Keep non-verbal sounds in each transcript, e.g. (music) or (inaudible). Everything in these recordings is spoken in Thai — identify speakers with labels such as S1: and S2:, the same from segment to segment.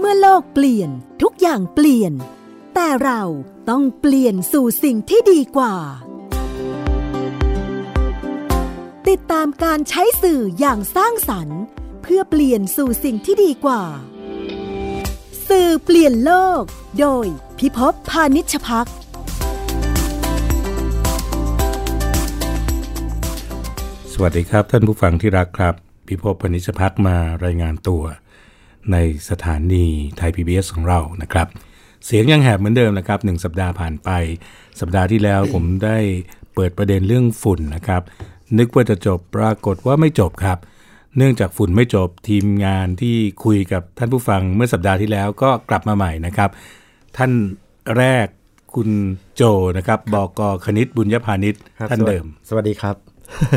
S1: มื่อโลกเปลี่ยนทุกอย่างเปลี่ยน แต่เราต้องเปลี่ยนสู่สิ่งที่ดีกว่า ติดตามการใช้สื่ออย่างสร้างสรรค์ เพื่อเปลี่ยนสู่สิ่งที่ดีกว่า สื่อเปลี่ยนโลก โดยพิภพพานิชพัก
S2: สวัสดีครับท่านผู้ฟังที่รักครับ พิภพพนิชพักมารายงานตัว ในสถานีไทย PBS ของเรานะครับ เสียงยังแหบเหมือนเดิมนะครับหนึ่งสัปดาห์ผ่านไป สัปดาห์ที่
S3: (coughs)
S2: แล้ว ผมได้เปิดประเด็นเรื่องฝุ่นนะครับ นึกว่าจะจบปรากฏว่าไม่จบครับ เนื่องจากฝุ่นไม่จบทีมงานที่คุยกับท่านผู้ฟังเมื่อสัปดาห์ที่แล้วก็กลับมาใหม่นะครับ ท่านแรกคุณโจนะครับบกคณิตบุญยพานิช
S3: ครับ
S2: ท่านเดิม
S3: สวัสดีครับ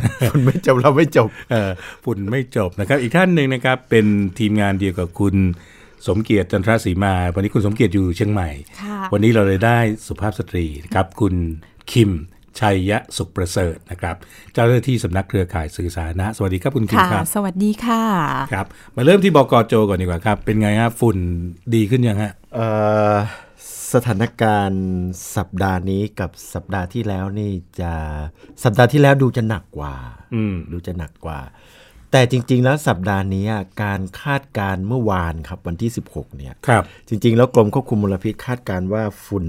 S3: (laughs) คุณไม่จบเราไม่จบ
S2: เอ่อฝุ่นไม่จบนะครับ อีกท่านหนึ่งนะครับ เป็นทีมงานเดียวกับคุณสมเกียรติจันทรศรีมา วันนี้คุณสมเกียรติอยู่เชียงใหม่
S4: ค่ะ
S2: วันนี้เราเลยได้สุภาพสตรีนะครับ คุณคิม ชัยยะสุขประเสริฐนะครับ เจ้าหน้าที่สำนักเครือข่ายสื่อสาธารณะสวัสดีครับคุณคิม
S4: ค่ะ
S2: ครับ
S4: สวัสดีค่ะ
S2: ครับ มาเริ่มที่บกโจก่อนดีกว่าครับ เป็นไงฮะฝุ่นดีขึ้นยังฮะ
S3: เอ่อสถานการณ์สัปดาห์นี้กับสัปดาห์ที่แล้วนี่จะสัปดาห์ที่แล้วดูจะหนักกว่า
S2: อืม
S3: ดูจะหนักกว่า แต่จริง ๆ แล้วสัปดาห์นี้อะการคาดการณ์เมื่อวานครับวันที่ 16 เนี่ย
S2: ครับ
S3: จริง ๆ แล้วกรมควบคุมมลพิษคาดการณ์ว่าฝุ่น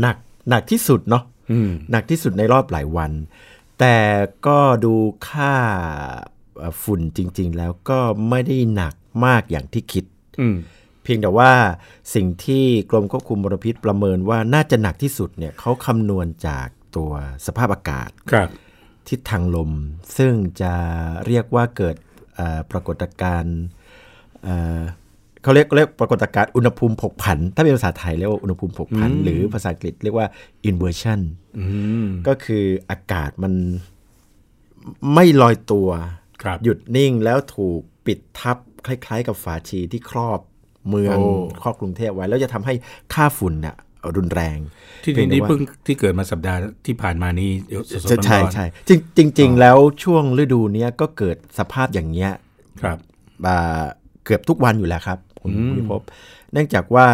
S3: หนักหนักที่สุดเนาะ
S2: อืม
S3: หนักที่สุดในรอบหลายวัน แต่ก็ดูค่าเอ่อฝุ่นจริง ๆ แล้วก็ไม่ได้หนักมากอย่างที่คิด
S2: อืม
S3: เพียงแต่ว่าสิ่งที่กรมควบคุมมลพิษประเมินว่าน่าจะหนักที่สุดเนี่ยเขาคำนวณจากตัวสภาพอากาศ
S2: ครับ
S3: ทิศทางลม ซึ่งจะเรียกว่าเกิดเอ่อปรากฏการณ์เอ่อเขาเรียกเรียกปรากฏการณ์อุณหภูมิผกผัน ถ้าเป็นภาษาไทยเรียกว่าอุณหภูมิผกผัน หรือภาษาอังกฤษเรียกว่า inversion
S2: อืม
S3: ก็คืออากาศมันไม่ลอยตัว
S2: ครับ
S3: หยุดนิ่งแล้วถูกปิดทับคล้าย ๆ กับฝาชีที่ครอบเมือง
S2: โอ้
S3: ครอบกรุงเทพไว้ แล้วจะทำให้ค่าฝุ่นน่ะรุนแรง
S2: ที่นี่นี่
S3: แต่ว่า
S2: เพิ่งที่เกิดมาสัปดาห์ที่ผ่านมานี่เดี๋ยวสดๆร้
S3: ใช่
S2: อนๆ
S3: ใช่ใช่จริงจริง ๆ แล้วช่วงฤดูเนี้ยก็เกิดสภาพอย่างเงี้ย
S2: ครับ
S3: อ่าเกือบทุกวันอยู่แล้วครับคุณพิภพเนื่องจากว่า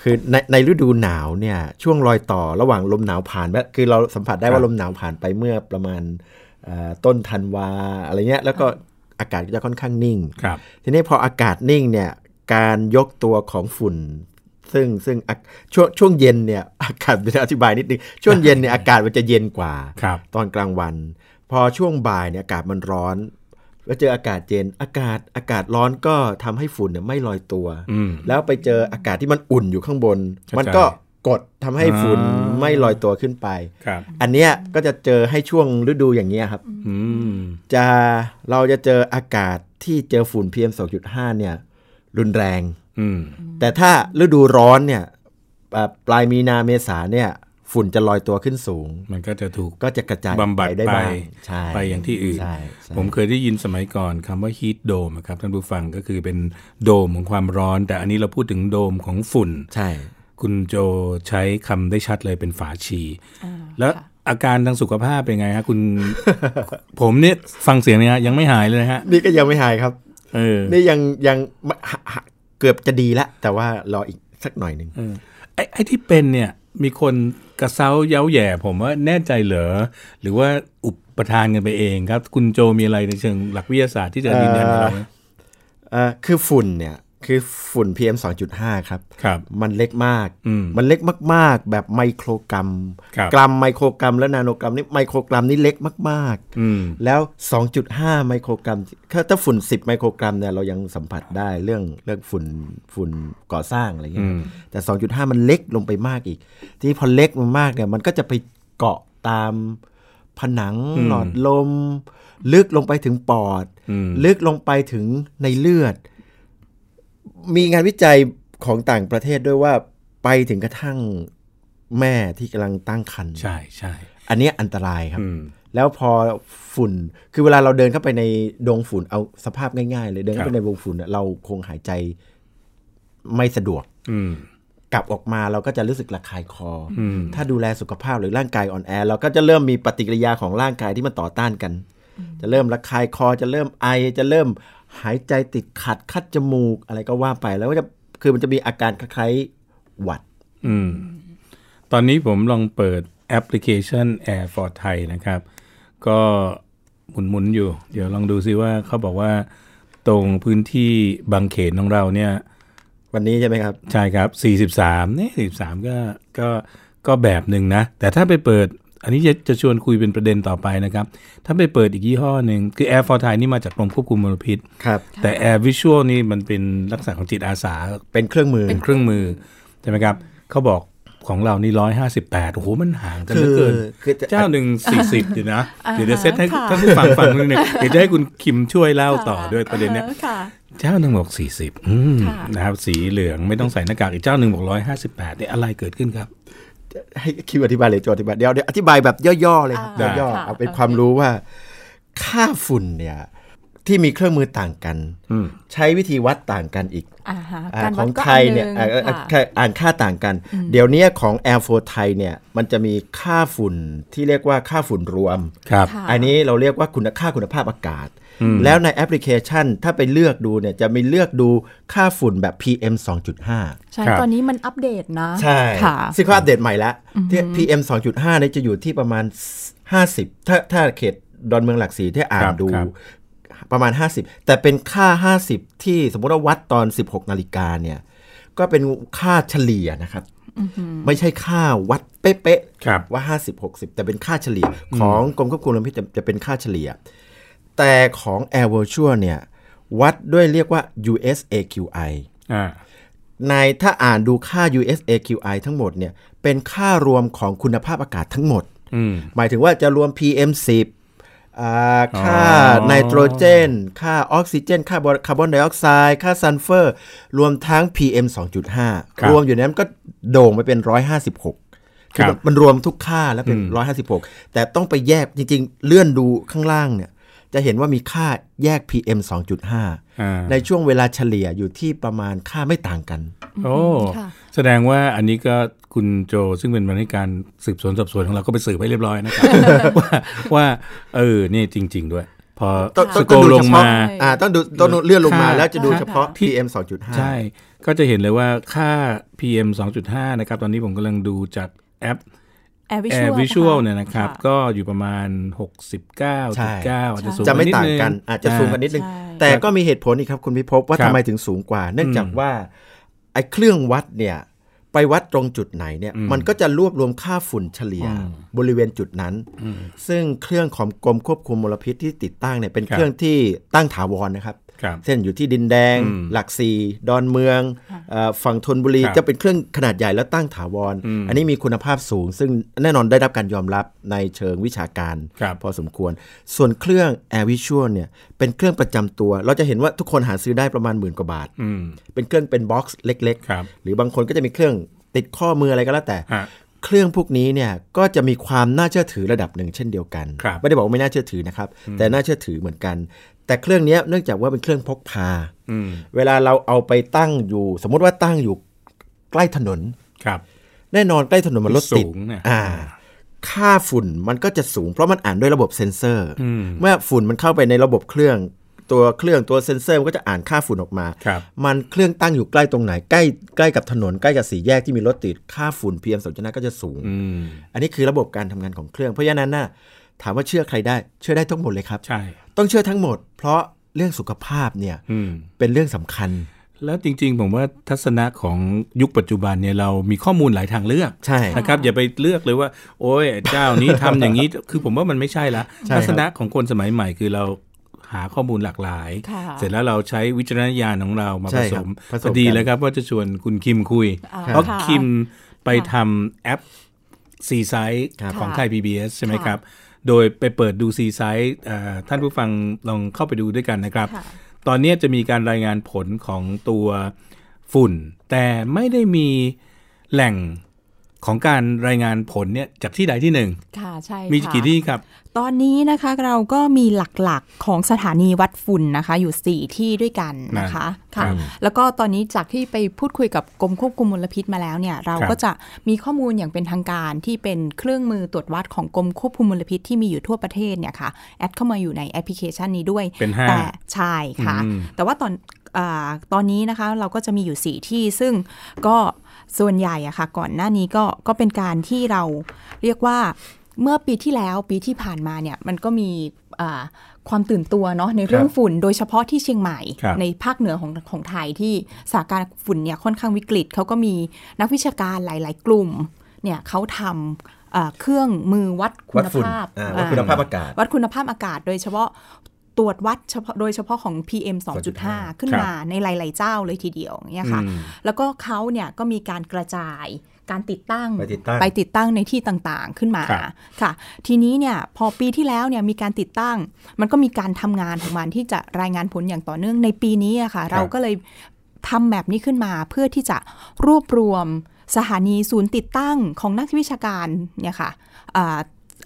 S3: คือในในฤดูหนาวเนี่ยช่วงรอยต่อระหว่างลมหนาวผ่านไปคือเราสัมผัสได้
S2: ครั
S3: ว่า
S2: บ
S3: ลมหนาวผ่านไปเมื่อประมาณเอ่อต้นธันวาอะไรเงี้ยแล้วก็อากาศก็จะค่อนข้างนิ่ง
S2: ครับ
S3: ทีนี้พออากาศนิ่งเนี่ยการยกตัวของฝุ่น ซึ่งซึ่งอ่ะช่วงช่วงเย็นเนี่ย (laughs) อากาศจะอธิบายนิดนึงช่วงเย็นเนี่ยอากาศมันจะเย็นกว่า
S2: ครับ
S3: ตอนกลางวัน พอช่วงบ่ายเนี่ยอากาศมันร้อนแล้วเจออากาศเย็นอากาศอากาศร้อนก็ทำให้ฝุ่นเนี่ยไม่ลอยตัว
S2: อืม
S3: แล้วไปเจออากาศที่มันอุ่นอยู่ข้างบน
S2: เข้าใจ
S3: มันก็กดทำให้ฝุ่น
S2: อ่า
S3: ไม่ลอยตัวขึ้นไป
S2: ครับ
S3: อันเนี้ยก็จะเจอให้ช่วงฤดูอย่างเงี้ยครับ
S2: อืม
S3: จะเราจะเจออากาศที่เจอฝุ่น PM 2.5เนี่ยรุนแรง
S2: อืม
S3: แต่ถ้าฤดูร้อนเนี่ยอ่าปลายมีนาเมษาเนี่ยฝุ่นจะลอยตัวขึ้นสูง
S2: มันก็จะถูก
S3: ก็จะกระจาย
S2: บำบัด
S3: ไปได้
S2: ไป
S3: บ้างใช่
S2: ไปอย่างที่อื่น
S3: ใช่ใช่
S2: ผมเคยได้ยินสมัยก่อนคำว่าฮีทโดมครับท่านผู้ฟังก็คือเป็นโดมของความร้อน แต่อันนี้เราพูดถึงโดมของฝุ่น
S3: ใช่
S2: คุณโจใช้คำได้ชัดเลยเป็นฝาชี แล้วอาการทางสุขภาพเป็นไงฮะคุณ (laughs) ผมเนี่ยฟังเสียงเนี่ยฮะยังไม่หายเลยนะฮะ
S3: นี่ก็ยังไม่หายครับ
S2: เออ
S3: นี่ยังยังหะหะเกือบจะดีแล้วแต่ว่ารออีกสักหน่อยหนึ่ง
S2: เออไอ้ไอ้ที่เป็นเนี่ย มีคนกระเซ้าเย้าแหย่ผมว่าแน่ใจเหรอหรือว่าอุปทานกันไปเองครับ คุณโจมีอะไรในเชิงหลักวิทยาศาสตร์ที่จะยืนยันกับเราไหม
S3: เอ่อคือฝุ่นเนี่ยคือฝุ่น PM 2.5 ครับ
S2: ครับ
S3: มันเล็กมาก
S2: อืม
S3: มันเล็กมาก ๆ แบบไมโครกรัม
S2: ครับ
S3: กรัมไมโครกรัมและนาโนกรัมนี่ไมโครกรัมนี่เล็กมากๆ
S2: อืม
S3: แล้ว 2.5 ไมโครกรัมถ้าถ้าฝุ่น 10 ไมโครกรัมเนี่ยเรายังสัมผัสได้เรื่องเรื่องฝุ่นฝุ่นก่อสร้างอะไรเงี้ย
S2: อืม
S3: แต่ 2.5 มันเล็กลงไปมากอีก ที่พอเล็กมันมากเนี่ยมันก็จะไปเกาะตามผนังหลอดลม ลึกลงไปถึงปอด
S2: อืม
S3: ลึกลงไปถึงในเลือด มีงานวิจัยของต่างประเทศด้วยว่าไปถึงกระทั่งแม่ที่กำลังตั้งครรภ์
S2: ใช่ใช่
S3: อันเนี้ยอันตรายครับ
S2: อืม
S3: แล้วพอฝุ่น คือเวลาเราเดินเข้าไปในดงฝุ่น เอาสภาพง่ายๆเลย เดินเข้า
S2: ครับ
S3: ไปในวงฝุ่นน่ะเราคงหายใจไม่สะดวก
S2: อืม
S3: กลับออกมาเราก็จะรู้สึกระคายคออ
S2: ม
S3: ถ้าดูแลสุขภาพหรือร่างกายอ่อนแอ เราก็จะเริ่มมีปฏิกิริยาของร่างกายที่มันต่อต้านกัน จะเริ่มระคายคอ จะเริ่มไอ จะเริ่มหายใจติดขัดคัดจมูกอะไรก็ว่าไป แล้วก็จะ คือมันจะมีอาการคล้ายๆหวัด
S2: อืม ตอนนี้ผมลองเปิดแอปพลิเคชัน Air for Thai นะครับ ก็หมุนหมุนๆอยู่ เดี๋ยวลองดูซิว่าเขาบอกว่า ตรงพื้นที่บางเขนของเราเนี่ย
S3: วันนี้ใช่ไหมครับ
S2: ใช่ครับ 43นี่43 ก็ ก็ ก็แบบหนึ่งนะ แต่ถ้าไปเปิด อันนี้จะจะชวนคุยเป็นประเด็นต่อไปนะครับ ถ้าไปเปิดอีกยี่ห้อหนึ่ง คือ Air for Thai นี่มาจากกรมควบคุมมลพิษ
S3: ครับ
S2: แต่ Air Visual นี่มันเป็นลักษณะของจิตอาสา
S3: เป็นเครื่องมือ
S2: เป็นเครื่องมือ ใช่ไหมครับ เขาบอกของเรานี่ 158 โอ้โห มันห่างกันเหลือเกิน
S3: คือคือจะ
S2: เจ้าหนึ่ง40อยู่นะ เดี๋ยวจะเซตให้ท่านผู้ฟังฟังนิดนึงเดี๋ยวจะให้คุณคิมช่วยเล่าต่อด้วยประเด็นเนี้ย
S4: ออค่ะ
S2: เจ้าหนึ่งบอกสี่สิบอืม
S4: ค่ะ
S2: นะครับ สีเหลืองไม่ต้องใส่หน้ากากอีกเจ้าหนึ่งบอกร้อยห้าสิบแปดเนี่ยอะไรเกิดขึ้นครับ
S3: ให้คิวอธิบายเลยจออธิบายเดี๋ยวเดี๋ยวอธิบายแบบย่อๆเลยครับ
S2: อ่า
S3: ย่อ
S4: ค่ะ
S3: ๆเอาเป็น
S4: โอเค
S3: ความรู้ว่า ค่าฝุ่นเนี่ย ที่มีเครื่องมือต่างกัน
S2: อืม
S3: ใช้วิธีวัดต่างกันอีก
S4: อ่าฮะ
S3: อา
S4: การ
S3: ข
S4: วั
S3: อ
S4: ด
S3: ง
S4: ก็
S3: ไทยเนี่ย
S4: อั
S3: อ่านอ่าอ่า
S4: หนึ่งค่ะ
S3: ใช่อ่านค่าต่างกัน เดี๋ยวเนี้ยของ Air f o ไทยเนี่ย มันจะมีค่าฝุ่นที่เรียกว่าค่าฝุ่นรวม
S2: ครับ
S4: ค่ะ
S3: อันนี้เราเรียกว่าคุณค่าคุณภาพอากาศ แล้วในแอปพลิเคชันถ้าไปเลือกดูเนี่ยจะมีเลือกดูค่าฝุ่นแบบ PM 2.5
S4: ใช่
S2: ครับ
S4: ตอนนี้มันอัปเดตนะ
S3: ใช่
S4: ค่ะ
S3: ซึ่งเขาอัปเดตใหม่แล้วที่ PM 2.5เนี่ยจะอยู่ที่ประมาณ 50 ถ้าถ้าเขตดอนเมืองหลักสีที่อ่า
S2: ครั
S3: น
S2: บ
S3: ดู
S2: ครับ
S3: ประมาณ 50 แต่เป็นค่า 50 ที่สมมติว่าวัดตอน 16 นาฬิกาเนี่ย ก็เป็นค่าเฉลี่ยนะครับ ไม่ใช่ค่าวัดเป๊ะ
S2: ครับ
S3: ๆว่า 50 60 แต่เป็นค่าเฉลี่ยของกรมควบคุมมลพิษจะจะเป็นค่าเฉลี่ย แต่ของ Air Virtual เนี่ยวัดด้วยเรียกว่า USAQI
S2: อ่า
S3: ในถ้าอ่านดูค่า USAQI ทั้งหมดเนี่ยเป็นค่ารวมของคุณภาพอากาศทั้งหมด
S2: อืม
S3: หมายถึงว่าจะรวม PM 10อ่าค่าไนโตรเจน ค่าออกซิเจน ค่าคาร์บอนไดออกไซด์ค่าซัลเฟอร์ รวมทั้ง PM
S2: ครับ
S3: 2.5 รวมอยู่ในนั้นก็โด่งไปเป็น 156
S2: ครั
S3: มั
S2: บ
S3: นมันรวมทุกค่าแล้วเป็น 156 แต่ต้องไปแยกจริง ๆ เลื่อนดูข้างล่างเนี่ย จะเห็นว่ามีค่าแยก PM
S2: อ่า
S3: 2.5 ในช่วงเวลาเฉลี่ยอยู่ที่ประมาณค่าไม่ต่างกัน
S2: โอ้
S4: ค่ะ
S2: แสดงว่าอันนี้ก็คุณโจซึ่งเป็นบรรณาธิการสืบสวนสอบสวนของเราก็ไปสืบให้เรียบร้อยนะครับ ว่าว่า เออนี่จริง ๆ ด้วย พอ
S3: ต้อง
S2: ส
S3: ต้อง
S2: โก
S3: ดู
S2: ล
S3: เฉ
S2: ง
S3: พาะ
S2: มา
S3: อ่าต้องดูต้องดูเลื่อนลงมา
S2: ค่ะ
S3: แล้วจะดูเฉพาะ
S4: ค่ะ
S3: PM 2.5
S2: ใช่ ก็จะเห็นเลยว่าค่า PM 2.5 นะครับ ตอนนี้ผมกำลังดูจากแอป
S4: แอร์วิช
S2: Air
S4: วล
S2: Visual เนี่ยนะครับ ก็อยู่ประมาณ
S3: ใช่
S2: 69.9อาจจะสูง
S3: จะไม่
S2: ว่ด
S3: ต่าง
S2: ง
S3: กันอาจจะสูงกันนิดนึง
S4: ใช่
S3: แต่ก็มีเหตุผลอีกครับคุณพิภพว่า
S2: ครับ
S3: ทำไมถึงสูงกว่า เนื่องจากว่าไอ้เครื่องวัดเนี่ยไปวัดตรงจุดไหนเนี่ยมันก็จะรวบรวมค่าฝุ่นเฉลี่ยบริเวณจุดนั้น ซึ่งเครื่องของกรมควบคุมมลพิษที่ติดตั้งเนี่ยเป็น
S2: ครับ
S3: เครื่องที่ตั้งถาวรนะครับ
S2: ครับ
S3: เช่นอยู่ที่ดินแดง หลักสี่ดอนเมืองเอ่อฝั่งธนบุรี
S2: ครับ
S3: จะเป็นเครื่องขนาดใหญ่แล้วตั้งถาวรออันนี้มีคุณภาพสูง ซึ่งแน่นอนได้รับการยอมรับในเชิงวิชาการ
S2: ครับ
S3: พอสมควร ส่วนเครื่อง Air Visual เนี่ยเป็นเครื่องประจำตัว เราจะเห็นว่าทุกคนหาซื้อได้ประมาณหมื่นกว่าบาท
S2: อืม
S3: เป็นเครื่องเป็นบ็อกซ์เล็ก
S2: ครับ
S3: ๆ หรือบางคนก็จะมีเครื่องติดข้อมืออะไรก็แล้วแต่
S2: ฮะ
S3: เครื่องพวกนี้เนี่ยก็จะมีความน่าเชื่อถือระดับหนึ่งเช่นเดียวกัน
S2: ครับ
S3: ไม่ได้บอกว่าไม่น่าเชื่อถือนะครับ แต่น่าเชื่อถือเหมือนกัน แต่เครื่องเนี้ยเนื่องจากว่าเป็นเครื่องพกพา
S2: อืม
S3: เวลาเราเอาไปตั้งอยู่ สมมติว่าตั้งอยู่ใกล้ถนน
S2: ครับ
S3: แน่นอนใกล้ถนนมันรถติด
S2: สูงเนี่ย
S3: อ่า ค่าฝุ่นมันก็จะสูงเพราะมันอ่านด้วยระบบเซ็นเซอร์
S2: อืม
S3: เมื่อฝุ่นมันเข้าไปในระบบเครื่อง ตัวเครื่องตัวเซ็นเซอร์มันก็จะอ่านค่าฝุ่นออกมา
S2: ครับ
S3: มันเครื่องตั้งอยู่ใกล้ตรงไหนใกล้ใกล้กับถนนใกล้กับสี่แยกที่มีรถติดค่าฝุ่น PM 2.5ก็จะสูง
S2: อืม
S3: อันนี้คือระบบการทำงานของเครื่อง เพราะฉะนั้นน่ะถามว่าเชื่อใครได้เชื่อได้ทั้งหมดเลยครับ
S2: ใช่
S3: ต้องเชื่อทั้งหมด เพราะเรื่องสุขภาพเนี่ย
S2: อืม
S3: เป็นเรื่องสำคัญ
S2: แล้วจริง ๆ ผมว่าทัศนะของยุคปัจจุบันเนี่ยเรามีข้อมูลหลายทางเลือก
S3: ใช่
S2: นะครับอย่าไปเลือกเลยว่า โอ้ยเจ้านี้ทำอย่างนี้ (laughs) คือผมว่ามันไม่ใช่ละ
S3: ใช่ครับ
S2: ทัศนะของคนสมัยใหม่คือเราหาข้อมูลหลากหลาย
S4: ค่ะ
S2: เสร็จแล้วเราใช้วิจารณญาณของเรามา
S3: ใช่
S2: ผ
S3: ค
S2: ส
S3: รับ
S2: ม
S3: ผสม
S2: พอดี
S3: กัน
S2: เลยครับว่าจะชวนคุณคิมคุย
S4: อ่า
S2: เพราะ
S4: ค่ะ
S2: คิมไปทำแอปซีไซส์
S3: ครับ
S2: ของ
S4: ค่ะ
S2: ไทย PBS ใช่ไหม
S4: ค่ะ
S2: ครับ โดยไปเปิดดูซีไซส์ท่านผู้ฟังลองเข้าไปดูด้วยกันนะครับ
S4: ค่ะ
S2: ตอนนี้จะมีการรายงานผลของตัวฝุ่น แต่ไม่ได้มีแหล่ง ของการรายงานผลเนี่ยจากที่ใดที่หนึ่ง
S4: ค่ะใช่
S2: มี
S4: ค่ะ
S2: กี่ที่ครับ
S4: ตอนนี้นะคะเราก็มีหลักๆของสถานีวัดฝุ่นนะคะ อยู่ 4 ที่ด้วยกันนะคะ
S2: ครั
S4: ค่ะ
S2: บ
S4: แล้วก็ตอนนี้จากที่ไปพูดคุยกับกรมควบคุมมลพิษมาแล้วเนี่ยเรา
S2: ครับ
S4: ก็จะมีข้อมูลอย่างเป็นทางการที่เป็นเครื่องมือตรวจวัดของกรมควบคุมมลพิษที่มีอยู่ทั่วประเทศเนี่ยค่ะแอดเข้ามาอยู่ในแอปพลิเคชันนี้ด้วย
S2: เป็นห้า
S4: แต่ใช่ค่ะ
S2: อืม
S4: แต่ว่าตอนอาตอนนี้นะคะเราก็จะมีอยู่สี่ที่ซึ่งก็ส่วนใหญ่อะค่ะ ก่อนหน้านี้ก็ก็เป็นการที่เราเรียกว่าเมื่อปีที่แล้วปีที่ผ่านมาเนี่ยมันก็มีอ่าความตื่นตัวเนาะในเรื่อง
S2: ครับ
S4: ฝุ่น โดยเฉพาะที่เชียงใหม่
S2: ครับ
S4: ในภาคเหนือของของไทยที่สถานการณ์ฝุ่นเนี่ยค่อนข้างวิกฤตเขาก็มีนักวิชาการหลาย ๆ กลุ่มเนี่ยเขาทำอ่าเครื่องมือวัดคุ
S3: วัด
S4: ณ
S3: ฝุ่น
S4: ภาพ
S3: อ่า
S4: อ่า
S3: วัดคุณภาพอากาศ
S4: วัดคุณภาพอากาศโดยเฉพาะตรวจวัดเฉพาะโดยเฉพาะของ PM 2.5 ขึ้นมาในหลาย ๆ เจ้าเลยทีเดียวเนี่ยค่ะ
S2: อืม
S4: แล้วก็เขาเนี่ยก็มีการกระจายการติดตั้ง
S3: ไปติดตั้ง
S4: ไปติดตั้งในที่ต่างๆขึ้นมา
S2: ครับ
S4: ค่ะ ทีนี้เนี่ยพอปีที่แล้วเนี่ยมีการติดตั้ง มันก็มีการทำงานของมันที่จะรายงานผลอย่างต่อเนื่องในปีนี้อะค่ะ เราก็เลยทำแบบนี้ขึ้นมาเพื่อที่จะรวบรวมสถานีศูนย์ติดตั้งของนักวิชาการเนี่ยค่ะอ่า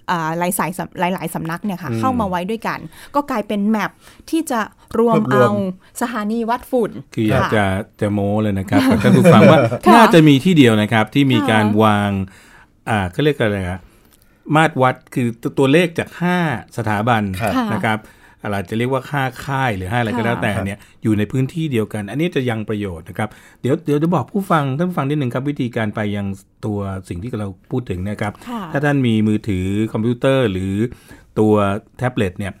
S4: อ่าหลายสายสำหลายๆสำนักเนี่ยค่ะเข้ามาไว้ด้วยกัน ก็กลายเป็นแมปที่จะรวม
S3: รวบรวม
S4: เอาสถานีวัดฝุ่น
S2: คืออยาก
S4: ค่ะ
S2: จะจะโม้เลย
S4: (laughs)
S2: นะครับกับท่านผู้ฟังว่า
S4: ค่ะ
S2: น่าจะมีที่เดียวนะครับที่มี
S4: ค่ะ
S2: การวางอ่าเขาเรียกอะไรนะมาตรวัดคือตัวตัวเลขจาก 5 สถาบัน
S3: ครับ
S4: ค่ะ
S2: นะครับอะไรจะเรียกว่าค่าค่ายหรือค่าอะไรก็
S4: ค่ะ
S2: แล้วแต่เนี่ยอยู่ในพื้นที่เดียวกัน อันนี้จะยังประโยชน์นะครับเดี๋ยวเดี๋ยวจะบอกผู้ฟังท่านผู้ฟังนิดหนึ่งครับวิธีการไปยังตัวสิ่งที่เราพูดถึงนะครับ
S4: ค่ะ
S2: ถ้าท่านมีมือถือคอมพิวเตอร์หรือตัวแท็บเล็ตเนี่ย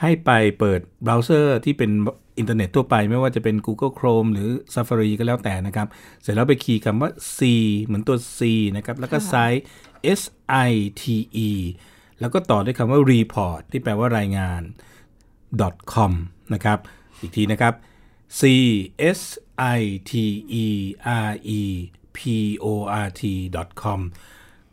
S2: ให้ไปเปิดเบราว์เซอร์ที่เป็นอินเทอร์เน็ตทั่วไปไม่ว่าจะเป็น Google Chrome หรือ Safari ก็แล้วแต่นะครับ เสร็จแล้วไปคีย์คำว่า C เหมือนตัว C นะครับ แล้วก็ไซต์ S I T E แล้วก็ต่อด้วยคำว่า report ที่แปลว่ารายงาน com นะครับ อีกทีนะครับ c s i t e r e p o r t com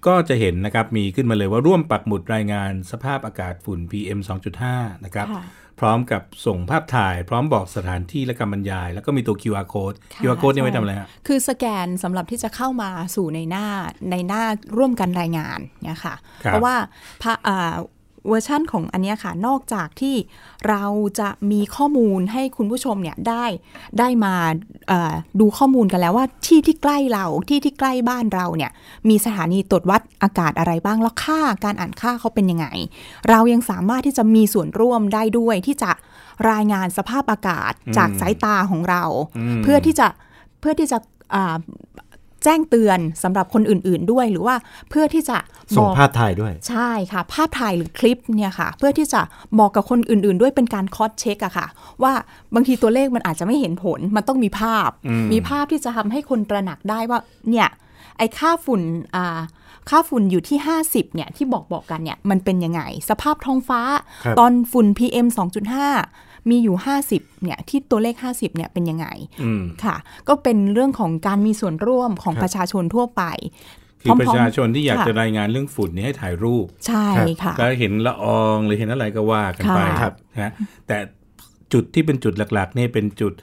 S2: ก็จะเห็นนะครับ มีขึ้นมาเลยว่าร่วมปักหมุดรายงานสภาพอากาศฝุ่น PM 2.5 นะครับ
S4: ค่ะ
S2: พร้อมกับส่งภาพถ่าย พร้อมบอกสถานที่และคำบรรยาย แล้วก็มีตัว QR code
S4: ค่ะ
S2: QR code เนี่ยไว้ทำอะไรฮะ
S4: คือสแกนสำหรับที่จะเข้ามาสู่ในหน้าในหน้าร่วมกันรายงานเนี่ยค่ะ
S2: ครับ
S4: เพราะว่าพระอ่าเวอร์ชั่นของอันเนี้ยค่ะ นอกจากที่เราจะมีข้อมูลให้คุณผู้ชมเนี่ยได้ได้มาเอ่อดูข้อมูลกันแล้วว่าที่ที่ใกล้เราที่ที่ใกล้บ้านเราเนี่ยมีสถานีตรวจวัดอากาศอะไรบ้างแล้วค่าการอ่านค่าเขาเป็นยังไง เรายังสามารถที่จะมีส่วนร่วมได้ด้วยที่จะรายงานสภาพอากาศจากสายตาของเรา เพื่อที่จะเพื่อที่จะอ่าแจ้งเตือนสำหรับคนอื่น ๆด้วยหรือว่าเพื่อที่จะ
S3: ส่
S4: บ
S3: ง
S4: อก
S3: ภาพถ่ายด้วย
S4: ใช่ค่ะ ภาพถ่ายหรือคลิปเนี่ยค่ะ เพื่อที่จะบอกกับคนอื่น ๆ ด้วยเป็นการคอสเช็คอะค่ะ ว่าบางทีตัวเลขมันอาจจะไม่เห็นผล มันต้องมีภาพ มีภาพที่จะทำให้คนตระหนักได้ว่าเนี่ยไอ้ค่าฝุ่นอ่าค่าฝุ่นอยู่ที่ 50เนี่ยที่บอกบอกกันเนี่ยมันเป็นยังไง สภาพท้องฟ้า
S3: ครับ
S4: ตอนฝุ่น PM 2.5 มีอยู่ 50เนี่ยที่ตัวเลข 50เนี่ยเป็นยังไง
S2: อืม
S4: ค่ะ ก็เป็นเรื่องของการมีส่วนร่วมของประชาชนทั่วไป
S2: คือประ
S4: พมๆ
S2: ชาชนที่อยากจะ
S4: ค่
S2: รายงานเรื่องฝุ่นนี้ให้ถ่ายรูป
S4: ใช่ค่ะ
S2: ก็เห็นละอองหรือเห็นอะไรก็ว่ากันไป
S4: ค่ะครับ
S2: นะฮะแต่จุดที่เป็นจุดหลักๆเนี่ยเป็นจุด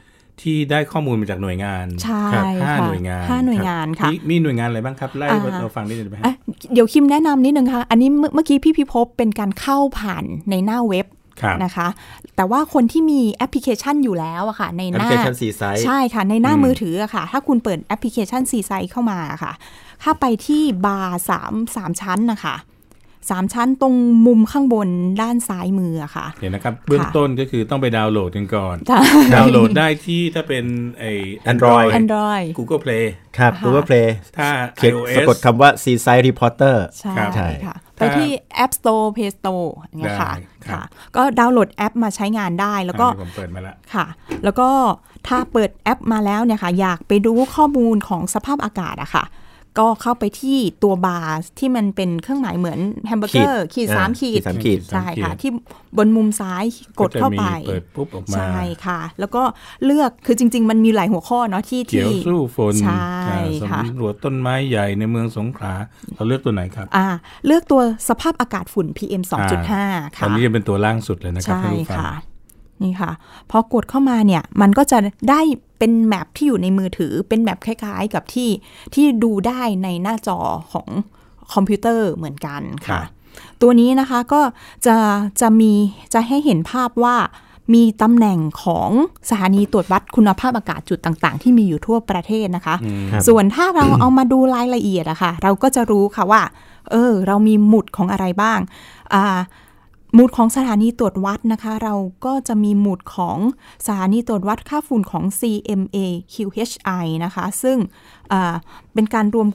S2: ที่ได้ข้อมูลมาจากหน่วยงาน
S4: ใช่
S2: ครับห้า
S4: ค่ะ
S2: หน่วยงาน
S4: ห้าหน่วยงานค่ะ
S2: มีมีหน่วยงานอะไรบ้างครับไล่
S4: อ่า
S2: เราฟังนิดหนึ่งได้ไหมฮะ
S4: อ่ะเดี๋ยวคิมแนะนำนิดนึงค่ะ อันนี้เมื่อเมื่อกี้พี่พิภพเป็นการเข้าผ่านในหน้าเว็บ
S2: ครับ
S4: นะคะ แต่ว่าคนที่มีแอปพลิเคชันอยู่แล้วอะค่ะ ในหน้า
S3: Application 4 Size
S4: ใช่ค่ะ ในหน้ามือถืออะค่ะ ถ้าคุณเปิดแอปพลิเคชันซีไซเข้ามาอะค่ะ ถ้าไปที่บาร์สามสามชั้นนะคะสามชั้นตรงมุมข้างบนด้านซ้ายมืออะค่ะ
S2: เห็นนะครับ เบื้องต้นก็คือต้องไปดาวน์โหลดกันก่อน
S4: ใช่
S2: ดาวน์โหลดได้ที่ถ้าเป็นไอ
S3: Android
S4: Android
S2: Google Play
S3: ครับ
S4: ค่ะ
S3: Google Play
S2: ถ้า
S3: เขียน
S2: iOS
S3: สะกดคำว่า Seaside Reporter
S4: ใช่
S2: ครับ
S3: ใช่
S4: ค่ะ ไปที่ App Store Play Store อย่างเงี้ยค่ะ
S2: ได้ครับ
S4: ค่ะ ก็ดาวน์โหลดแอปมาใช้งานได้แล้วก็
S2: อันนี้ผมเปิดมาละ
S4: ค่ะ แล้วก็ถ้าเปิดแอปมาแล้วเนี่ยค่ะ อยากไปดูข้อมูลของสภาพอากาศอะค่ะ ก็เข้าไปที่ตัวบาร์ที่มันเป็นเครื่องหมายเหมือนแฮมเบอร์เกอร์ขีดสามขีด
S3: สามขีด
S4: ใช่ค่ะ
S2: ขีด
S4: ที่บนมุมซ้ายกดเข้าไป
S2: ก็จะมีเปิดปุ๊บออกมา
S4: ใช่ค่ะ แล้วก็เลือกคือจริง ๆ มันมีหลายหัวข้อเนาะที่
S2: เขียว
S4: ที่
S2: สู้ฝน
S4: ใช่
S2: อ่า
S4: ค่ะ
S2: สำรวจต้นไม้ใหญ่ในเมืองสงขลาเราเลือกตัวไหนครับ
S4: อ่าเลือกตัวสภาพอากาศฝุ่น PM 2.5
S2: ตอ
S4: ค่ะ
S2: นนี้จะเป็นตัวล่างสุดเลยนะครับ
S4: ใช่
S2: ท่านผู้ฟัง
S4: ค่ะ นี่ค่ะ พอกดเข้ามาเนี่ย มันก็จะได้ เป็นแมปที่อยู่ในมือถือ เป็นแมปคล้ายๆ กับที่ที่ดูได้ในหน้าจอของคอมพิวเตอร์เหมือนกันค่ะ ตัวนี้นะคะก็จะจะมีจะให้เห็นภาพว่ามีตำแหน่งของสถานีตรวจวัดคุณภาพอากาศจุดต่างๆ ที่มีอยู่ทั่วประเทศนะคะ
S3: ครับ
S4: ส่วนถ้าเราเอามาดูรายละเอียดอะค่ะ เราก็จะรู้ค่ะว่า เออ เรามีหมุดของอะไรบ้างอ่าหมุดของสถานีตรวจวัดนะคะ เราก็จะมีหมุดของสถานีตรวจวัดค่าฝุ่นของ CMA QHI นะคะ ซึ่งอ่าเป็นการรวม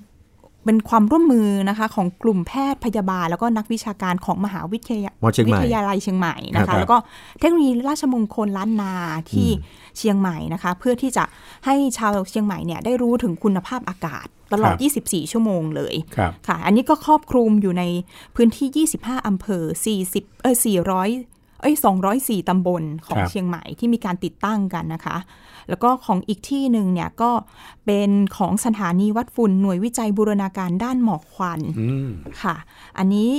S4: เป็นความร่วมมือนะคะของกลุ่มแพทย์พยาบาล แล้วก็นักวิชาการของมหาวิทยา
S3: หมอเชียงใหม่
S4: วิทยาลัยเชียงใหม่นะ
S2: ครั
S4: คะ
S2: บ
S4: แล้วก็เทคโนโลยีราชมงคลล้านนาที่เชียงใหม่นะคะ เพื่อที่จะให้ชาวเชียงใหม่เนี่ยได้รู้ถึงคุณภาพอากาศตลอด
S2: ครับ
S4: 24 ชั่วโมงเลย
S2: ครับ
S4: ค่ะ อันนี้ก็ครอบคลุมอยู่ในพื้นที่ 25 อำเภอ 40 เอ้ย400 เอ้ย 204 ตำบลของ
S2: ครับ
S4: เชียงใหม่ที่มีการติดตั้งกันนะคะ แล้วก็ของอีกที่หนึ่งเนี่ยก็เป็นของสถานีวัดฝุ่นหน่วยวิจัยบูรณาการด้านหมอกควัน
S2: อืม
S4: ค่ะ อันนี้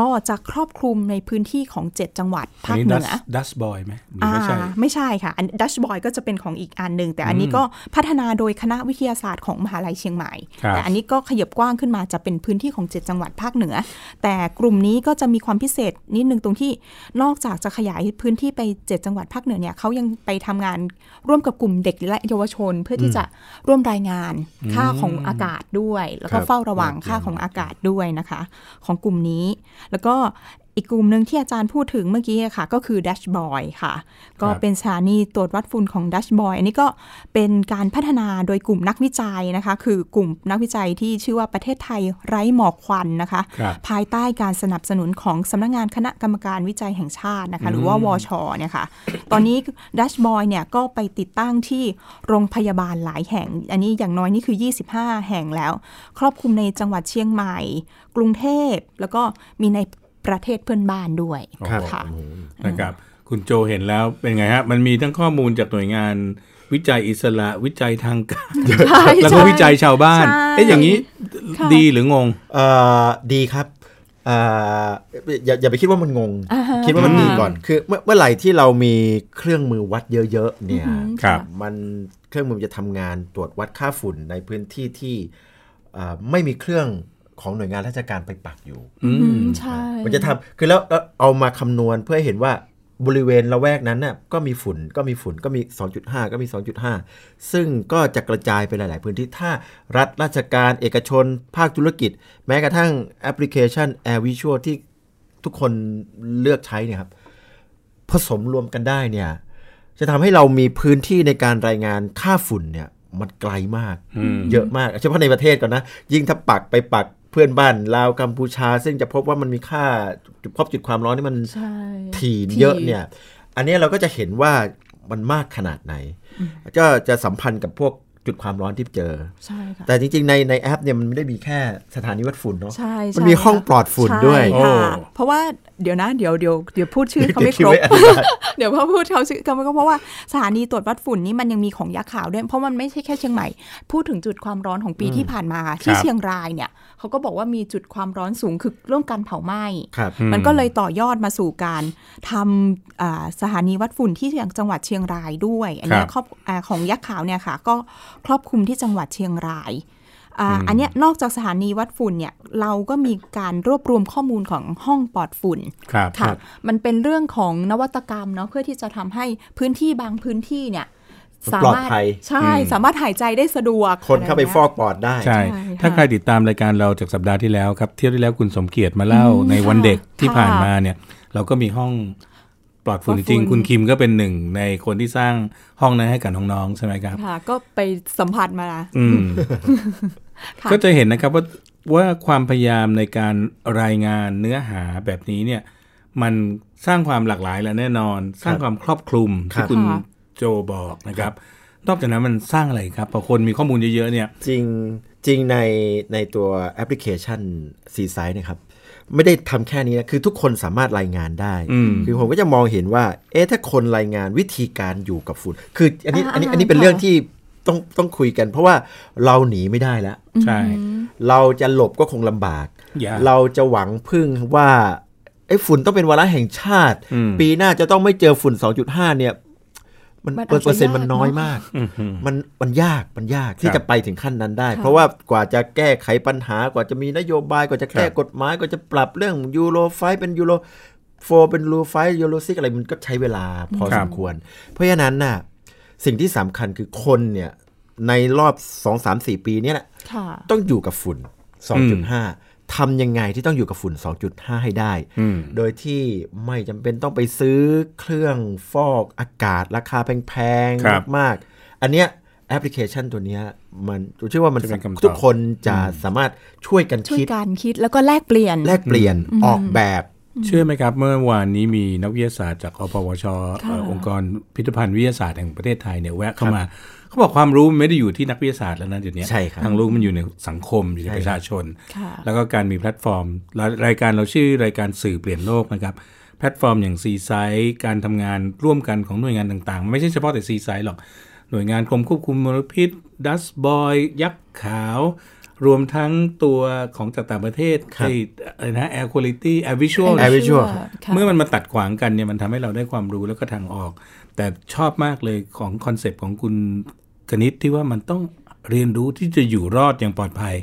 S4: ก็จะครอบคลุมในพื้นที่ของ 7 จังหวัด
S2: อั
S4: ภาน ค
S2: นี้
S4: เห
S2: ดั
S4: นื
S2: ส
S4: อ
S2: ดัสบอยไหมหรือ
S4: อ่า
S2: ไม่ใช่
S4: ไม่ใช่ค่ะอันดัชบอยก็จะเป็นของอีกอันหนึ่งแต่อันนี้ก็พัฒนาโดยคณะวิทยาศาสตร์ของมหาลัยเชียงใหม่
S2: ครับ
S4: แต่อันนี้ก็ขยับกว้างขึ้นมาจะเป็นพื้นที่ของ 7 จังหวัดภาคเหนือ แต่กลุ่มนี้ก็จะมีความพิเศษนิดนึงตรงที่นอกจากจะขยายพื้นที่ไป 7 จังหวัดภาคเหนือเนี่ยเขายังไปทำงานร่วมกับกลุ่มเด็กและเยาวชน เพื่อที่จะร่วมรายงานค่าของอากาศด้วย แล้ว
S2: ค
S4: ก็
S2: รับ
S4: เฝ้าระวัง
S2: ครับ
S4: ค่าของอากาศด้วยนะคะ ของกลุ่มนี้ แล้วก็อีกกลุ่มหนึ่งที่อาจารย์พูดถึงเมื่อกี้ค่ะ ก็คือ Dash Boy ค่ะ ก็
S2: ครับ
S4: เป็นสถานีตรวจวัดฝุ่นของ Dash Boy อันนี้ก็เป็นการพัฒนาโดยกลุ่มนักวิจัยนะคะ คือกลุ่มนักวิจัยที่ชื่อว่าประเทศไทยไร้หมอกควันนะคะ
S2: ครับ
S4: ภายใต้การสนับสนุนของสำนักงานคณะกรรมการวิจัยแห่งชาตินะคะ หรือว่าวชเนี่ยค่ะ ตอนนี้ดัชบอยเนี่ยก็ไปติดตั้งที่โรงพยาบาลหลายแห่ง อันนี้อย่างน้อยนี่คือ 25 แห่งแล้ว ครอบคลุมในจังหวัดเชียงใหม่ กรุงเทพแล้วก็มีในประเทศเพื่อนบ้านด้วย
S3: ครับ
S4: ค่ะ
S2: นะครับคุณโจเห็นแล้วเป็นไงฮะ มันมีทั้งข้อมูลจากหน่วยงาน วิจัยอิสระวิจัยทางการ แล้วก็วิจัยชาวบ้าน
S4: ใช่
S2: เอ๊ะอย่างนี้
S4: ค่ะ
S2: ดีหรืองง
S3: เอ่อดีครับเอ่ออย่าอย่าไปคิดว่ามันงง
S4: อ่าฮะ
S3: คิดว่ามัน
S4: ค่ะ
S3: ดีก่อนคือเมื่อเมื่อไหร่ที่เรามีเครื่องมือวัดเยอะๆเนี่ย
S2: ครับ
S3: มันเครื่องมือมันจะทำงานตรวจวัดค่าฝุ่นในพื้นที่ที่เอ่อไม่มีเครื่องของหน่วยงานราชการไปปักอยู่
S2: อื
S4: อื
S2: ม
S4: มใช่
S3: มันจะทำคือแล้วแล้วเอามาคำนวณเพื่อให้เห็นว่าบริเวณละแวกนั้นน่ะก็มีฝุ่นก็มีฝุ่นก็มี 2.5 ก็มี 2.5 ซึ่งก็จะกระจายไปหลาย ๆ พื้นที่ถ้ารัฐราชการเอกชน ภาคธุรกิจ แม้กระทั่งแอปพลิเคชัน Air Visual ที่ทุกคนเลือกใช้เนี่ยครับ ผสมรวมกันได้เนี่ย จะทำให้เรามีพื้นที่ในการรายงานค่าฝุ่นเนี่ย มันไกลมาก เยอะมากเฉพาะในประเทศก่อนนะ ยิ่งถ้าปักไปปักเพื่อนบ้านลาวกัมพูชา ซึ่งจะพบว่ามันมีค่าจุดพบจุดความร้อนนี่มัน
S4: ใช่
S3: ถี่เยอะเนี่ย อันเนี้ยเราก็จะเห็นว่ามันมากขนาดไหน ก็จะสัมพันธ์กับพวกจุดความร้อนที่เจอ
S4: ใช่ค่ะ
S3: แต่จริงๆ ในในแอปเนี่ยมันไม่ได้มีแค่สถานีวัดฝุ่นเนาะ
S4: ใช่ใช่
S3: มันมีห้องปลอดฝุ่นด้วย
S4: ใช่ค่ะ
S2: โอ้
S4: เพราะว่าเดี๋ยวนะเดี๋ยวเดี๋ยวเดี๋ยวพูดชื่อเขาไม่ครบ
S3: เดี๋ยวคิดไม่ออก
S4: เดี๋ยวพอพูดเขาชื่อเขาไม่ครบเพราะว่าสถานีตรวจวัดฝุ่นนี่มันยังมีของยะขาวด้วย เพราะมันไม่ใช่แค่เชียงใหม่ พูดถึงจุดความร้อนของปีที่ผ่านมา ที่
S2: ครับ
S4: เชียงรายเนี่ยเขาก็บอกว่ามีจุดความร้อนสูงคือเรื่องการเผาไหม้
S3: ครับ
S4: มันก็เลยต่อยอดมาสู่การทำอ่าสถานีวัดฝุ่นที่อย่างจังหวัดเชียงรายด้วย อันเนี้ย
S2: ครับ
S4: ครอบอาของยักษ์ขาวเนี่ยค่ะ ก็ครอบคลุมที่จังหวัดเชียงรายอ่าอันเนี้ยนอกจากสถานีวัดฝุ่นเนี่ยเราก็มีการรวบรวมข้อมูลของห้องปลอดฝุ่น
S2: ครับ
S4: ค่ะ
S2: ครับ
S4: มันเป็นเรื่องของนวัตกรรมเนาะเพื่อที่จะทำให้พื้นที่บางพื้นที่เนี่ย
S3: มัน
S4: สา
S3: ปลอด
S4: มารถ
S3: ภัย
S4: ใช่สามารถหายใจได้สะดวก
S3: คนเข้าไป
S4: ะร
S3: ฟ
S4: ย่ง
S3: อ
S4: งี้ย
S3: กปลอดได้
S2: ใช่
S4: ใช่ค่ะ
S2: ถ้าใครติดตามรายการเราจากสัปดาห์ที่แล้วครับ เที่ยวที่แล้วคุณสมเกียรติมาเล่า
S4: อืม
S2: ในวันเด็ก
S4: ค่ะ
S2: ที่ผ่านมาเนี่ย เราก็มีห้องปลอดฝุ่น
S4: ปลอด
S2: จ
S4: ฝุ่น
S2: ริงๆคุณคิมก็เป็นหนึ่งในคนที่สร้างห้องนั้นให้กับน้องๆใช่ไหมครับ
S4: ค่ะ ก็ไปสัมผัสมาละ
S2: อืม
S4: ค่ะ
S2: ก็จะเห็นนะครับว่าว่าความพยายามในการรายงานเนื้อหาแบบนี้เนี่ย มันสร้างความหลากหลายและแน่นอน สร้างความครอบคลุม
S3: ครั
S2: ที่
S3: บ
S2: คุณโจบอกนะครับ นอกจากนั้นมันสร้างอะไรครับพอคนมีข้อมูลเยอะๆเนี่ย
S3: จริงจริงในในตัวแอปพลิเคชันซีไซด์นะครับ ไม่ได้ทำแค่นี้นะ คือทุกคนสามารถรายงานได้
S2: อืม
S3: คือผมก็จะมองเห็นว่า เอ๊ะถ้าคนรายงานวิธีการอยู่กับฝุ่น คืออันนี้
S4: อ่า
S3: อันนี้
S4: อ่า
S3: อันนี้เป็น
S4: ค่ะ
S3: เรื่องที่ต้องต้องคุยกัน เพราะว่าเราหนีไม่ได้แล้ว
S2: ใช่
S3: เราจะหลบก็คงลำบาก
S2: ยาก
S3: เราจะหวังพึ่งว่าไอ้ฝุ่นต้องเป็นวาระแห่งชาติ
S2: อืม
S3: ปีหน้าจะต้องไม่เจอฝุ่น 2.5 เนี่ย มัน
S4: มันอาจจะ
S3: เปอร์เซ็นต์มัน
S4: ยากเนอะ
S3: น้อยมาก
S2: อืมอืม
S3: มันมันยากมันยาก
S2: ค
S3: ที่
S2: รับ
S3: จะไปถึงขั้นนั้นได้
S4: ค่ะ
S3: เพราะว่ากว่าจะแก้ไขปัญหากว่าจะมีนโยบายกว่าจะแก้
S2: ครับ
S3: กฎหมายกว่าจะปรับเรื่องยูโรไฟเป็นยูโรโฟเป็นยูโรไฟยูโรซิกอะไรมันก็ใช้เวลาพอ
S2: ครั
S3: ส
S2: บ
S3: มควร เพราะฉะนั้นน่ะสิ่งที่สำคัญคือคนเนี่ยในรอบ 2 3 4 ปีเนี่ยแหละ
S4: ค่ะ
S3: ต้องอยู่กับฝุ่น 2.5ทำยังไงที่ต้องอยู่กับฝุ่น 2.5 ให้ได้
S2: อืม
S3: โดยที่ไม่จำเป็นต้องไปซื้อเครื่องฟอกอากาศราคาแพง
S2: ครับ
S3: ๆมากๆ อันเนี้ยแอปพลิเคชันตัวเนี้ยมันผมเชื่อว่ามัน
S2: จะเป็นคำตอบ
S3: ทุกคนจะสามารถช่วยกัน
S4: ช่วย
S3: คิด
S4: การคิดแล้วก็แลกเปลี่ยน
S3: แลกเปลี่ยนออกแบบ
S2: เชื่อไหมครับเมื่อวานนี้มีนักวิทยาศาสตร์จากอปวชเอ่อองค์กรพิพิธภัณฑ์วิทยาศาสตร์แห่งประเทศไทยเนี่ยแวะเข้ามาเขาบอกความรู้มันไม่ได้อยู่ที่นักวิทยาศาสตร์แล้วนะเดี๋ยวนี้
S3: ใช่ครับ
S2: ทางรู้มันอยู่ในสังคมอยู่ในประชาชน
S4: ค่ะ
S2: แล้วก็การมีแพลตฟอร์มรายรายการเราชื่อรายการสื่อเปลี่ยนโลกนะครับแพลตฟอร์มอย่างซีไซด์การทำงานร่วมกันของหน่วยงานต่างๆ ไม่ใช่เฉพาะแต่ซีไซด์หรอก หน่วยงานกรมควบคุมมลพิษดัสบอยยักษ์ขาว รวมทั้งตัวของจากต่างประเทศ
S3: ครับ
S2: ไอ้อะไรนะ Air Quality Air Visual
S3: แอร์วิชวล
S4: ค่ะ
S2: เมื่อมันมาตัดขวางกันเนี่ยมันทำให้เราได้ความรู้แล้วก็ทางออก แต่ชอบมากเลยของคอนเซปต์ของคุณกนิษฐ์ที่ว่ามันต้องเรียนรู้ที่จะอยู่รอดอย่างปลอดภัย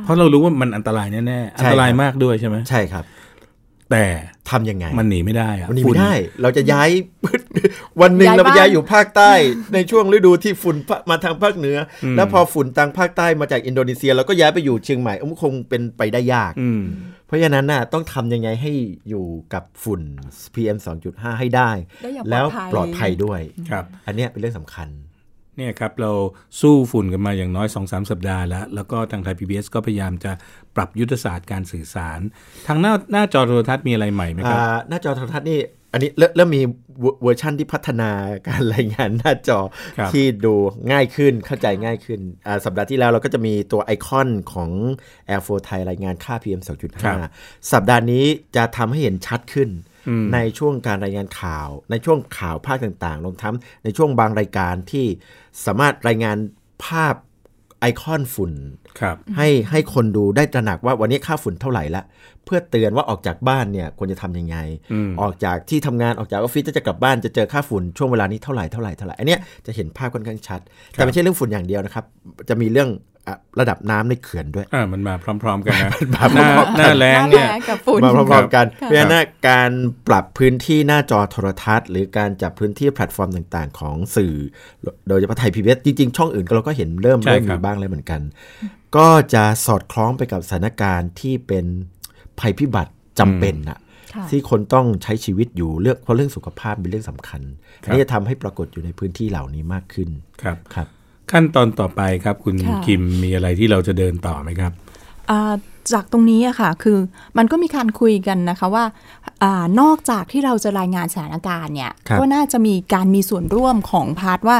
S2: เพราะเรารู้ว่ามันอันตรายแน่ๆ อันตรายมากด้วยใช่ไหม
S3: ใช่ครับ
S2: แต่
S3: ทำยังไง
S2: มันหนีไม่ได้อะ
S3: วันนี้
S2: ฝุ่
S3: ไม่ได้เราจะย้าย (laughs) วันหนึ่ง
S4: ย้าย
S3: เราไป
S4: บ้าน
S3: ย้ายอยู่ภาค
S4: (laughs)
S3: ใต้ ในช่วงฤดูที่ฝุ่นพะมาทางภาคเหนืออแล้วพอฝุ่นทางภาคใต้มาจากอินโดนีเซียเราก็ย้ายไปอยู่เชียงใหม่เอ้ามันคงเป็นไปได้ยาก
S2: อืม
S3: เพราะฉะนั้นน่ะต้องทำยังไงให้อยู่กับฝุ่น PM 2.5 ให้ได้
S4: ได้อย่าง
S3: แล้วป
S4: ป
S3: ล
S4: ล
S3: อ
S4: อ
S3: ด
S4: ดภั
S3: ภัย
S4: ย
S3: ด้วย
S2: ครับ
S3: อันเนี้ยเป็นเรื่องสำคัญ
S2: เนี่ยครับ เราสู้ฝุ่นกันมาอย่างน้อย2อสสัปดาห์แล้ว แล้วก็ทางไทย PBS ก็พยายามจะปรับยุทธศาสตร์การสื่อสาร ทางหน้าหน้าจอโทรทัศน์มีอะไรใหม่ไหมครับ
S3: อ่าหน้าจอโทรทัศน์นี่อันนี้เริ่มเริ่มมีเวอร์เวอร์ชั่นที่พัฒนาการรายงานหน้าจอ
S2: ครับ
S3: ที่ดูง่ายขึ้นเข้าใจง่ายขึ้นอ่าสัปดาห์ที่แล้วเราก็จะมีตัวไอคอนของ Air 4 Thai รายงานค่า PM
S2: ครับ
S3: 2.5 สัปดาห์นี้จะทำให้เห็นชัดขึ้น
S2: อืม
S3: ในช่วงการรายงานข่าว ในช่วงข่าวภาคต่างๆรวมทั้งในช่วงบางรายการที่สามารถรายงานภาพไอคอนฝุ่น
S2: ครับ
S3: ให้ให้คนดูได้ตระหนักว่าวันนี้ค่าฝุ่นเท่าไหร่ละเพื่อเตือนว่าออกจากบ้านเนี่ยควรจะทำยังไง
S2: อืม
S3: ออกจากที่ทำงานออกจากออฟฟิศจะกลับบ้านจะเจอค่าฝุ่นช่วงเวลานี้เท่าไหร่เท่าไหร่เท่าไหร่อันเนี้ยจะเห็นภาพค่อนข้างชัด แต่ไม่ใช่เรื่องฝุ่นอย่างเดียวนะครับ จะมีเรื่องอ่ะระดับน้ำในเขื่อนด้วย
S2: อ่ามันมาพร้อม ๆ กันนะ
S3: มา
S2: ห
S3: พร้
S2: น้า
S3: อมๆกัน
S2: หน้าแรงเนี่ย
S4: หาแล้งกับฝุ่น
S3: มาพร้อมๆกัน
S4: ครับ
S3: เพราะฉะนั้นนะการปรับพื้นที่หน้าจอโทรทัศน์ หรือการจับพื้นที่แพลตฟอร์มต่างๆ ของสื่อ โดยเฉพาะไทยพีบีจริงๆ ช่องอื่นก็เราก็เห็นเริ่ม
S2: ใช่
S3: เริ่ม
S2: ครั
S3: มี
S2: บ
S3: บ้างแล้วเหมือนกัน ก็จะสอดคล้องไปกับสถานการณ์ที่เป็นภัยพิบัติจำเป็นน่ะ
S4: ค่ะ
S3: ที่คนต้องใช้ชีวิตอยู่เลือกเพราะเรื่องสุขภาพเป็นเรื่องสำคัญ
S2: ครับ
S3: อันนี่จะทำให้ปรากฏอยู่ในพื้นที่เหล่านี้มากขึ้น
S2: ครับ
S3: ครับ
S2: ขั้นตอนต่อไปครับ คุณ
S4: ค่ะ
S2: คิมมีอะไรที่เราจะเดินต่อไหมครับ
S4: อ่าจากตรงนี้อะค่ะคือมันก็มีการคุยกันนะคะว่าอานอกจากที่เราจะรายงานสถานการณ์เนี่ย
S3: ครับ
S4: ก็น่าจะมีการมีส่วนร่วมของพาร์ทว่า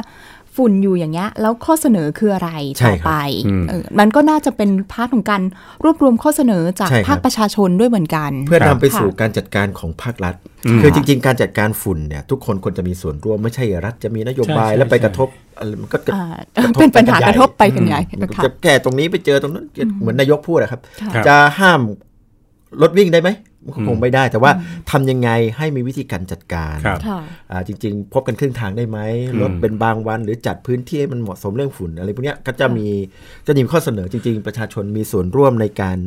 S4: ฝุ่นอยู่อย่างเงี้ยแล้วข้อเสนอคืออะไร
S3: ใช่
S4: ต่อ
S3: ครับ
S4: ไป
S2: อืม
S4: เออมันก็น่าจะเป็นพาร์ทของการรวบรวมข้อเสนอจาก
S3: ใช่ครับ
S4: ภาคประชาชนด้วยเหมือนกัน
S3: เพื่อนำไปสู่
S4: ค่ะ
S3: การจัดการของภาครัฐ คือจริง ๆ การจัดการฝุ่นเนี่ยทุกคนควรจะมีส่วนร่วมไม่ใช่รัฐจะมีนโยบาย
S2: ใช่ใช่
S3: แล้วไป
S2: ใช่
S3: กระทบอะไรมันก็กระ
S4: อ่าก
S3: ระทบ
S4: เป็นปัญหา
S3: ใญ่
S4: กระทบไปกันใหญ่
S3: อืมมันก็
S4: ค่ะ
S3: จะแก้ตรงนี้ไปเจอตรงนั้นเหมือนนายกพูดอะครับ
S4: ค่ะ
S3: จะห้ามรถวิ่งได้ไหมมันก็คงไม่ได้ แต่ว่าทำยังไงให้มีวิธีการจัดการ
S2: ครับ
S4: ค่ะ
S3: อ่าจริงๆ พบกันครึ่งทางได้ไหมลดเป็นบางวันหรือจัดพื้นที่ให้มันเหมาะสมเรื่องฝุ่นอะไรพวกเนี้ยก็จะมีจะมีข้อเสนอจริง ๆ ประชาชนมีส่วนร่วมในการ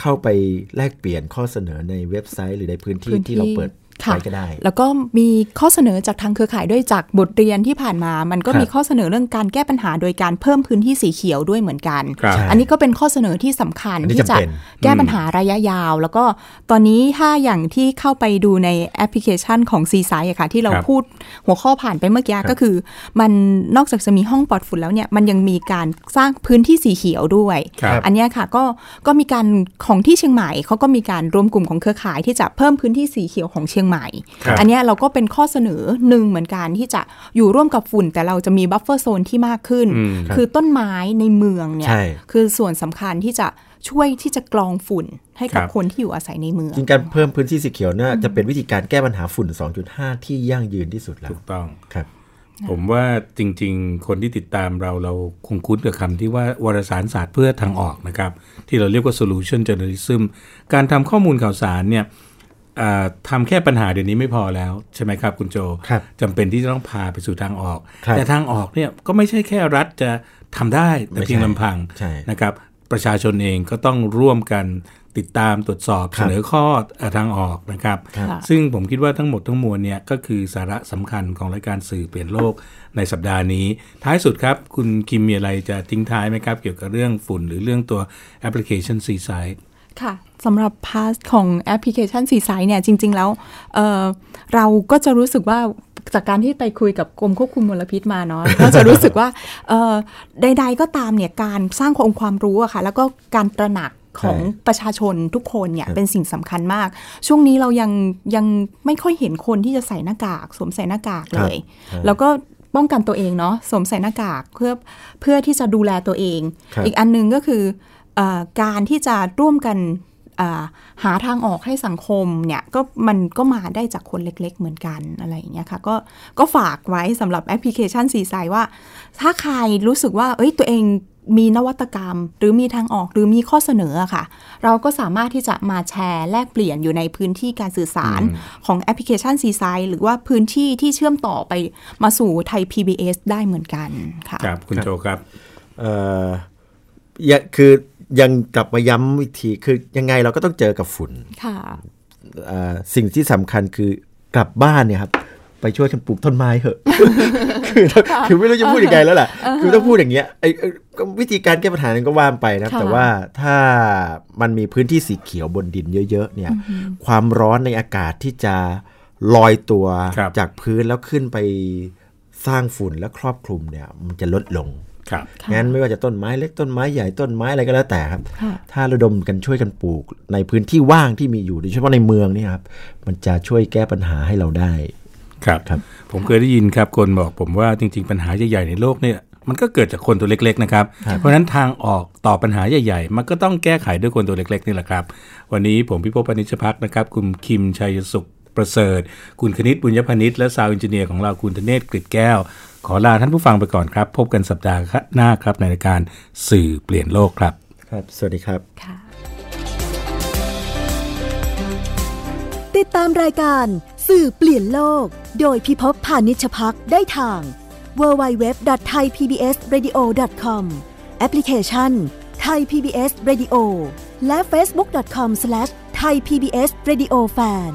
S3: เข้าไปแลกเปลี่ยนข้อเสนอในเว็บไซต์ หรือในพื้นที่
S4: พื้นที่
S3: ที่เราเปิด
S4: ค่ะ
S3: ไว้ก็ได้
S4: แล้วก็มีข้อเสนอจากทางเครือข่ายด้วยจากบทเรียนที่ผ่านมา มันก็
S3: ครับ
S4: มีข้อเสนอเรื่องการแก้ปัญหาโดยการเพิ่มพื้นที่สีเขียวด้วยเหมือนกัน
S2: ครับใช่
S4: อันนี้ก็เป็นข้อเสนอที่สำคัญ
S3: อันนี้
S4: ที่
S3: จำ
S4: จะ
S3: เป็น
S4: แก้ปัญหาระยะยาว แล้วก็ตอนนี้ถ้าอย่างที่เข้าไปดูในแอปพลิเคชันของซีไซด์ค่ะ ที่เรา
S2: ครับ
S4: พูดหัวข้อผ่านไปเมื่อกี้ก็คือ มันนอกจากจะมีห้องปลอดฝุ่นแล้วเนี่ยมันยังมีการสร้างพื้นที่สีเขียวด้วย
S2: ครับ
S4: อันเนี้ยค่ะก็ก็มีการของที่เชียงใหม่เขาก็มีการรวมกลุ่มของเครือข่ายที่จะเพิ่มพื้นที่สีเขียวของเชียงใหม่
S2: ครับ
S4: อันเนี้ยเราก็เป็นข้อเสนอหนึ่งเหมือนกันที่จะอยู่ร่วมกับฝุ่น แต่เราจะมีบัฟเฟอร์โซนที่มากขึ้น
S2: อืม
S4: คือต้นไม้ในเมืองเนี่ย
S3: ใช่
S4: คือส่วนสำคัญที่จะช่วยที่จะกรองฝุ่นให้กับ
S2: ครับ
S4: คนที่อยู่อาศัยในเมือง
S3: จริงๆการเพิ่มพื้นที่สีเขียวน่าจะเป็นวิธีการแก้ปัญหาฝุ่น 2.5 ที่ยั่งยืนที่สุดแล้ว
S2: ถูกต้อง
S3: ครับ
S2: ผมว่าจริงๆ คนที่ติดตามเราเราคงคุ้นกับคำที่ว่าวารสารศาสตร์เพื่อทางออกนะครับ ที่เราเรียกว่า solution journalism การทำข้อมูลข่าวสารเนี่ย อ่าทำาแค่ปัญหาเดี๋ยวนี้ไม่พอแล้วใช่ไหมครับคุณโจ
S3: ครับ
S2: จำเป็นที่จะต้องพาไปสู่ทางออก
S3: ครับ
S2: แต่ทางออกเนี่ยก็ไม่ใช่แค่รัฐจะทำได้แต่เพียง
S3: ไม่
S2: ลำ
S3: ใช่
S2: พัง
S3: ใช่
S2: นะครับประชาชนเองก็ต้องร่วมกันติดตามตรวจสอบ
S3: ค
S2: เส
S3: รับ
S2: นอข้อเอ่อทางออกนะครับ
S3: ครับ
S4: ค่ะ
S2: ซึ่งผมคิดว่าทั้งหมดทั้งมวลเนี่ยก็คือสาระสำคัญของรายการสื่อเปลี่ยนโลกในสัปดาห์นี้ ท้ายสุดครับ คุณคิมมีอะไรจะทิ้งท้ายไหมครับ เกี่ยวกับเรื่องฝุ่นหรือเรื่องตัวแอปพลิเคชันซีไซ
S4: ค่ะสำหรับพาสของแอปพลิเคชันสีสายเนี่ยจริง ๆ แล้วเอ่อเราก็จะรู้สึกว่าจากการที่ไปคุยกับกรมควบคุมมลพิษมา
S3: (laughs)
S4: เนาะ ก็จะรู้สึกว่าเอ่อใด ๆ ก็ตามเนี่ยการสร้างองค์ความรู้อะค่ะแล้วก็การตระหนักของ
S3: ใช่
S4: ประชาชนทุกคนเนี่ยเป็นสิ่งสำคัญมาก ช่วงนี้เรายังยังไม่ค่อยเห็นคนที่จะใส่หน้ากากสวมใส่หน้ากากเลย แล้วก็ป้องกันตัวเองเนาะสวมใส่หน้ากากเพื่อเพื่อที่จะดูแลตัวเอง
S3: ครับ
S4: อีกอันหนึงก็คือเออการที่จะร่วมกันเอ่อหาทางออกให้สังคมเนี่ยก็มันก็มาได้จากคนเล็กๆเหมือนกันอะไรอย่างเงี้ยค่ะก็ก็ฝากไว้สำหรับแอปพลิเคชันสีใสว่า ถ้าใครรู้สึกว่าเอ้ยตัวเองมีนวัตกรรม หรือมีทางออกหรือมีข้อเสนออะค่ะ เราก็สามารถที่จะมาแชร์แลกเปลี่ยนอยู่ในพื้นที่การสื่อสารของแอปพลิเคชันซีไซหรือว่าพื้นที่ที่เชื่อมต่อไปมาสู่ไทย PBS ได้เหมือนกันค่ะ
S2: ครับคุณโจครับ
S3: เอ่อยังคือยังกลับมาย้ำวิธีคือยังไงเราก็ต้องเจอกับฝุ่น
S4: ค่ะ
S3: เอ่อสิ่งที่สำคัญคือกลับบ้านเนี่ยครับ ไปช่วยกันปลูกต้นไม้เถอะ (laughs) คือคือไม่รู้จะพูดยังไงแล้วล่ะ คือต้องพูด (laughs) อย่างเงี้ยไอ้ไอ้ก็วิธีการแก้ปัญหานั้นก็ว่าไปนะครับ
S4: ค่ะ
S3: แต่ว่าถ้ามันมีพื้นที่สีเขียวบนดินเยอะ ๆ เนี่ย ความร้อนในอากาศที่จะลอยตัว
S2: ครับ
S3: จากพื้นแล้วขึ้นไปสร้างฝุ่นและครอบคลุมเนี่ย มันจะลดลง
S2: ครับ
S4: ค่ะ
S3: งั้นไม่ว่าจะต้นไม้เล็กต้นไม้ใหญ่ต้นไม้อะไรก็แล้วแต่ครับ
S4: ค่ะ
S3: ถ้าระดมกันช่วยกันปลูกในพื้นที่ว่างที่มีอยู่โดยเฉพาะในเมืองเนี่ยครับมันจะช่วยแก้ปัญหาให้เราได้
S2: ครับ
S3: ครับ
S2: ผมเคยได้ยินครับ คนบอกผมว่าจริง ๆ ปัญหาใหญ่ๆในโลกเนี่ยมันก็เกิดจากคนตัวเล็กๆนะครับ เพราะฉะนั้นทางออกต่อปัญหาใหญ่ๆ มันก็ต้องแก้ไขด้วยคนตัวเล็กๆนี่แหละครับ วันนี้ผมพิภพปณิชพักนะครับ คุณคิมชัยสุขประเสริฐ คุณคณิตบุญยพนิชและซาวอินเจเนียร์ของเราคุณธเนศกฤตแก้ว ขอลาท่านผู้ฟังไปก่อนครับ พบกันสัปดาห์หน้าครับในรายการสื่อเปลี่ยนโลกครับ
S3: ครับ สวัสดีครับ
S4: ค่ะ
S1: ติดตามรายการสื่อเปลี่ยนโลก โดยพิภพพานิชพักได้ทาง www.thaipbsradio.com แอปพลิเคชัน Thai PBS Radio และ facebook.com/thaipbsradiofan